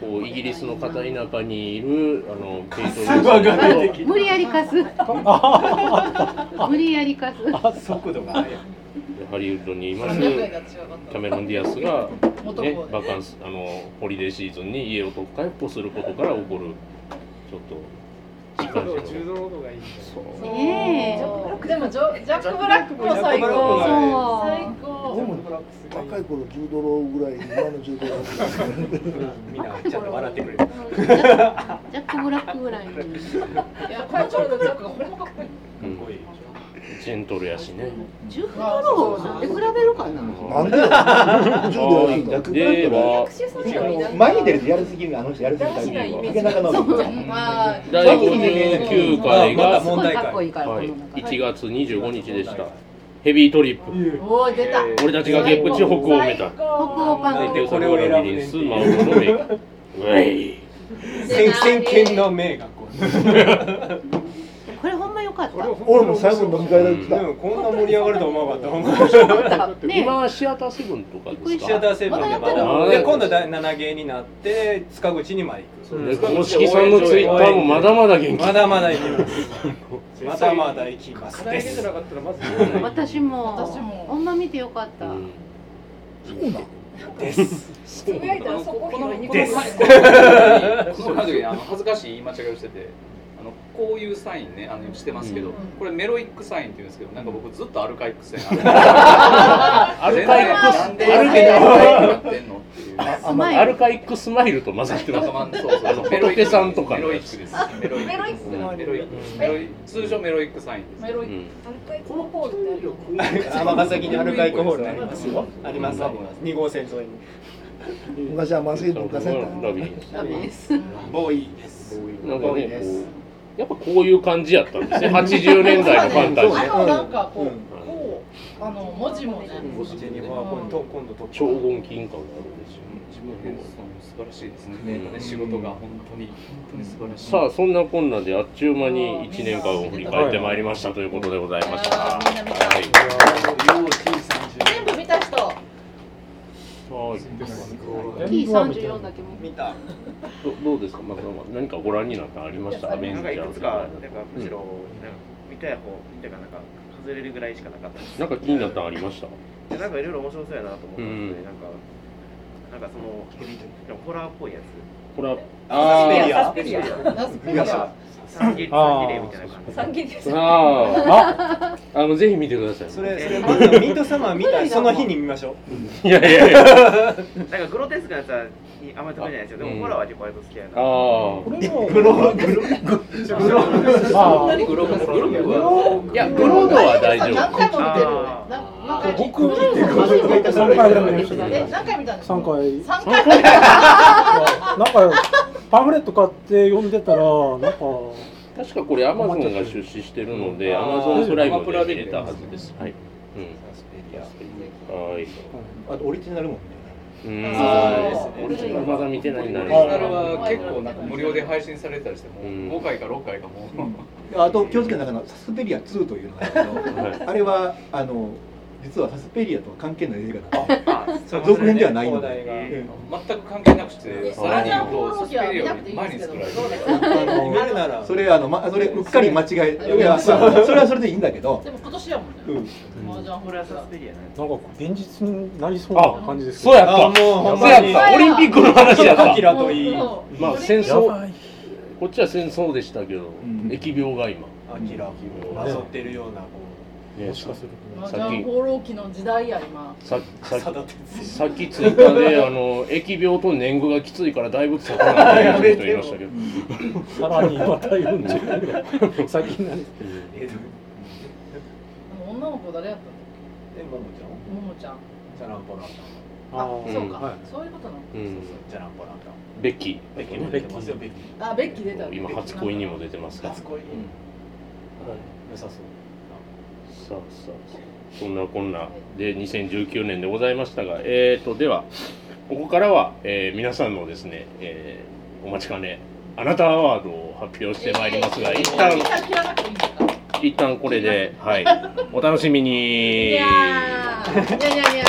[SPEAKER 1] こうイギリスの片田舎にいるあのケイト・ウィンス
[SPEAKER 3] 幅
[SPEAKER 1] レ
[SPEAKER 3] が
[SPEAKER 1] ット
[SPEAKER 3] 出てき
[SPEAKER 8] 無理やり貸す。無理やり貸す。
[SPEAKER 3] 速度が速い
[SPEAKER 1] ハリウッドにいます
[SPEAKER 6] 300円が違かった
[SPEAKER 1] キャメロン・ディアスが、
[SPEAKER 6] 元
[SPEAKER 1] ね
[SPEAKER 6] 校、で
[SPEAKER 1] バカンスあのホリデーシーズンに家を特回復することから起こるちょっと時間
[SPEAKER 3] 柔
[SPEAKER 1] 軸
[SPEAKER 3] 道の方がいいんだよ
[SPEAKER 6] そう
[SPEAKER 8] ねえ
[SPEAKER 6] でもジョジャック・ブラックも最
[SPEAKER 3] ジャックブラック
[SPEAKER 6] 高
[SPEAKER 3] も
[SPEAKER 8] そう。
[SPEAKER 6] 最
[SPEAKER 2] で
[SPEAKER 6] 高
[SPEAKER 2] も若い頃10ドルぐらい今の10ドル
[SPEAKER 3] みんなちゃんと笑ってくれる
[SPEAKER 8] ジャックブラックぐらいに。
[SPEAKER 6] いやこのちょうどジャックがほんまかっこいい
[SPEAKER 1] うん
[SPEAKER 3] こいい
[SPEAKER 1] ジェントルやしね
[SPEAKER 8] ジュフドローなんて比べるかな。
[SPEAKER 2] なんでよ10ドル
[SPEAKER 7] 逆に
[SPEAKER 1] では
[SPEAKER 7] 前に出るとやりすぎるあの人やりすぎたり竹中直人
[SPEAKER 6] あー
[SPEAKER 1] 第59回が、
[SPEAKER 8] すごいかっこいいから。こ
[SPEAKER 1] は
[SPEAKER 8] の
[SPEAKER 1] い、1
[SPEAKER 8] 中
[SPEAKER 1] 月25日でしたヘビートリップ
[SPEAKER 6] おお出た
[SPEAKER 1] 俺たちがゲップ地北欧を埋めた
[SPEAKER 6] 最高
[SPEAKER 8] 北欧パン
[SPEAKER 1] 内定作をラビリンスマウンドの名曲うえい
[SPEAKER 3] 先先見の明がこう
[SPEAKER 8] これほんま良かった。
[SPEAKER 2] 俺も最後飲み会だけ来た
[SPEAKER 3] でもこんな盛り上がるとは思わなかったほんまに
[SPEAKER 8] ね
[SPEAKER 1] 今はシアターセブンとかですか
[SPEAKER 3] シアターセブンでまだで今度第7芸になって塚口にまで行
[SPEAKER 1] ね公式さんのツイッターもまだまだ元
[SPEAKER 3] く
[SPEAKER 1] 気
[SPEAKER 3] まだまだ行きますまだまだ行きます
[SPEAKER 5] 課題出てなかったらまず
[SPEAKER 8] 私も。
[SPEAKER 6] 私も
[SPEAKER 8] ほんま見て良かった。
[SPEAKER 2] そうなん
[SPEAKER 3] で
[SPEAKER 4] つ
[SPEAKER 3] す
[SPEAKER 4] ぶやいたらそこ
[SPEAKER 5] この
[SPEAKER 4] 拾いに
[SPEAKER 5] こ
[SPEAKER 4] 来
[SPEAKER 5] の
[SPEAKER 4] る
[SPEAKER 5] この家族にあの恥ずかしい言い間違いをしててあのこういうサインねあのしてますけど、
[SPEAKER 1] うん
[SPEAKER 5] これメロイックサインって言うんですけどなんか僕ずっとアルカイックサイン
[SPEAKER 1] アルカイックス
[SPEAKER 5] 全然なんでアルカイックやってんのっていう
[SPEAKER 8] スマイ
[SPEAKER 1] ア
[SPEAKER 8] ル。
[SPEAKER 1] ルカイックスマイルと混ざってます
[SPEAKER 5] 仲間そうそう
[SPEAKER 1] あの仏さんとか
[SPEAKER 5] メ
[SPEAKER 1] の
[SPEAKER 5] ロイ
[SPEAKER 1] や
[SPEAKER 5] ッ
[SPEAKER 1] つ
[SPEAKER 5] クですメロイ
[SPEAKER 6] メ
[SPEAKER 5] ック
[SPEAKER 6] ロイックなの
[SPEAKER 5] メロイックメロイック通常メロイックサインです
[SPEAKER 6] メロイ
[SPEAKER 1] うん
[SPEAKER 4] このポーズってあるよね
[SPEAKER 3] 尼崎にアルカイコホールありますよあります2号線沿いに
[SPEAKER 2] 昔はマスケット昔は
[SPEAKER 1] ラビリンス
[SPEAKER 8] ダメです。
[SPEAKER 3] ボーイです
[SPEAKER 1] なんかねこやっぱこういう感じやったんですね80年代のファンタジー
[SPEAKER 6] あのなんかこう、こうあの文字もね、
[SPEAKER 1] 超合金感があるんですよ
[SPEAKER 5] 地元の素晴らしいですね、ね仕事が本当に本当に素晴らしい
[SPEAKER 1] さあそんなこんなであっちゅう間に1年間を振り返ってまいりましたということでございましたはい
[SPEAKER 6] 全部見た人
[SPEAKER 1] はい
[SPEAKER 8] 34だけも
[SPEAKER 10] 見た
[SPEAKER 1] どどうですか、まあ、何かご覧になったのありましたアベン
[SPEAKER 10] なん
[SPEAKER 1] ジ
[SPEAKER 10] かい
[SPEAKER 1] ャー
[SPEAKER 10] く
[SPEAKER 1] ズ
[SPEAKER 10] つ
[SPEAKER 1] とか
[SPEAKER 10] かなんかむしろなんか見たい方見たいかなんか外れるぐらいしかなかったです
[SPEAKER 1] なんか気になったのありました
[SPEAKER 10] でなんかいろいろ面白そうやなと思ったんです
[SPEAKER 1] うん
[SPEAKER 10] ね、なんかなんかそのでもホラーっぽいやつ
[SPEAKER 1] これは
[SPEAKER 10] あー
[SPEAKER 1] あ
[SPEAKER 10] サスペリア
[SPEAKER 6] サスペリア
[SPEAKER 10] なんかサンゲサンゲレみたいな感じ
[SPEAKER 6] 三軒です
[SPEAKER 1] あああのぜひ見てください
[SPEAKER 3] それそれまずミッドサマー見たその日に見ましょう
[SPEAKER 1] いやいやいや
[SPEAKER 10] なんかグロテスクなやつはあんまり得意じゃないですよでもホラーは結構割と好きやな
[SPEAKER 1] ああ
[SPEAKER 10] こ
[SPEAKER 1] れ
[SPEAKER 10] も
[SPEAKER 1] グロ
[SPEAKER 10] グロ
[SPEAKER 1] グロ
[SPEAKER 10] そんなにグログログロ
[SPEAKER 1] いやグロードは大丈
[SPEAKER 6] 何
[SPEAKER 1] 夫
[SPEAKER 6] 回も見てる
[SPEAKER 9] 僕見 て3回ぐらい見ましたけ
[SPEAKER 6] え
[SPEAKER 9] ど
[SPEAKER 6] 何回見たの
[SPEAKER 9] 3回
[SPEAKER 6] 三回見た
[SPEAKER 9] なんかパンフレット買って読んでたらなんか
[SPEAKER 1] 確かこれアマゾンが出資してるのでアマゾンプライムで入れたはずですはいうんはい
[SPEAKER 7] あとオリジナルもね
[SPEAKER 1] うん
[SPEAKER 5] あ
[SPEAKER 1] オリジナルまだ見てないんだ
[SPEAKER 5] オ
[SPEAKER 1] ね
[SPEAKER 5] リジナルは結構なんか無料で配信されてたりしてもう
[SPEAKER 1] うん
[SPEAKER 5] 5回か6回かもう、
[SPEAKER 7] あと気をつけながらサスペリア2というのがあるんですけどあれはあの実はサスペリアとは関係ない映画なんです
[SPEAKER 5] そう
[SPEAKER 7] 続編ではないの
[SPEAKER 5] それ
[SPEAKER 7] で
[SPEAKER 5] でね
[SPEAKER 7] ええ
[SPEAKER 5] 全く関係なくしてさらに言う
[SPEAKER 6] コオ
[SPEAKER 5] と
[SPEAKER 6] ロ
[SPEAKER 5] サス
[SPEAKER 6] ギは
[SPEAKER 5] ペ
[SPEAKER 6] 見
[SPEAKER 5] リア
[SPEAKER 6] な
[SPEAKER 5] よ
[SPEAKER 6] くて
[SPEAKER 5] り
[SPEAKER 6] いいん
[SPEAKER 5] 前
[SPEAKER 6] で
[SPEAKER 5] に
[SPEAKER 6] すけ
[SPEAKER 5] 作
[SPEAKER 6] ど
[SPEAKER 5] られて
[SPEAKER 6] どうです
[SPEAKER 3] 見るなら
[SPEAKER 7] それあの、ま、それうっかり間違えいやそそれはそれでいいんだけど
[SPEAKER 6] でも今年やもんね
[SPEAKER 7] うん
[SPEAKER 6] 麻雀ホラーサスペリア
[SPEAKER 9] なんか現実になりそうな感じです
[SPEAKER 1] そうやったそうやったオリンピックの話やった
[SPEAKER 9] アキラといい
[SPEAKER 1] まあ戦
[SPEAKER 9] やば
[SPEAKER 1] 争こっちは戦争でしたけど疫病が今
[SPEAKER 3] アキラをなぞってるようなこ
[SPEAKER 1] ねさ
[SPEAKER 6] 麻
[SPEAKER 1] さっ
[SPEAKER 6] 雀
[SPEAKER 1] き
[SPEAKER 6] 放浪記の時代や今
[SPEAKER 1] さささっきツイッター であの疫病と年貢がきついからだいぶ差がないっていう人言いましたけど
[SPEAKER 9] さらにまた読んでる先になり
[SPEAKER 6] あの女の子誰やったの
[SPEAKER 3] えももちゃん
[SPEAKER 6] ももちゃん
[SPEAKER 3] チャランポランタン
[SPEAKER 6] あ
[SPEAKER 1] あー
[SPEAKER 6] そう
[SPEAKER 1] うんは
[SPEAKER 6] かそういうことなの
[SPEAKER 1] うん
[SPEAKER 3] チャランポランタン
[SPEAKER 1] ベッキー
[SPEAKER 3] ベッキーも出てますよベッキー
[SPEAKER 6] あベッキー出た
[SPEAKER 1] 今初恋にも出てますから
[SPEAKER 3] 初恋うんはい良さそう
[SPEAKER 1] さあさあそんなこんなで2019年でございましたが、えー、とではここからは、えー皆さんのですね、えーお待ちかねあなたアワードを発表してまいりますが、一旦
[SPEAKER 6] 切らなくていいんですか
[SPEAKER 1] 一旦これで、はい、お楽しみに
[SPEAKER 6] いやーにゃにゃにゃ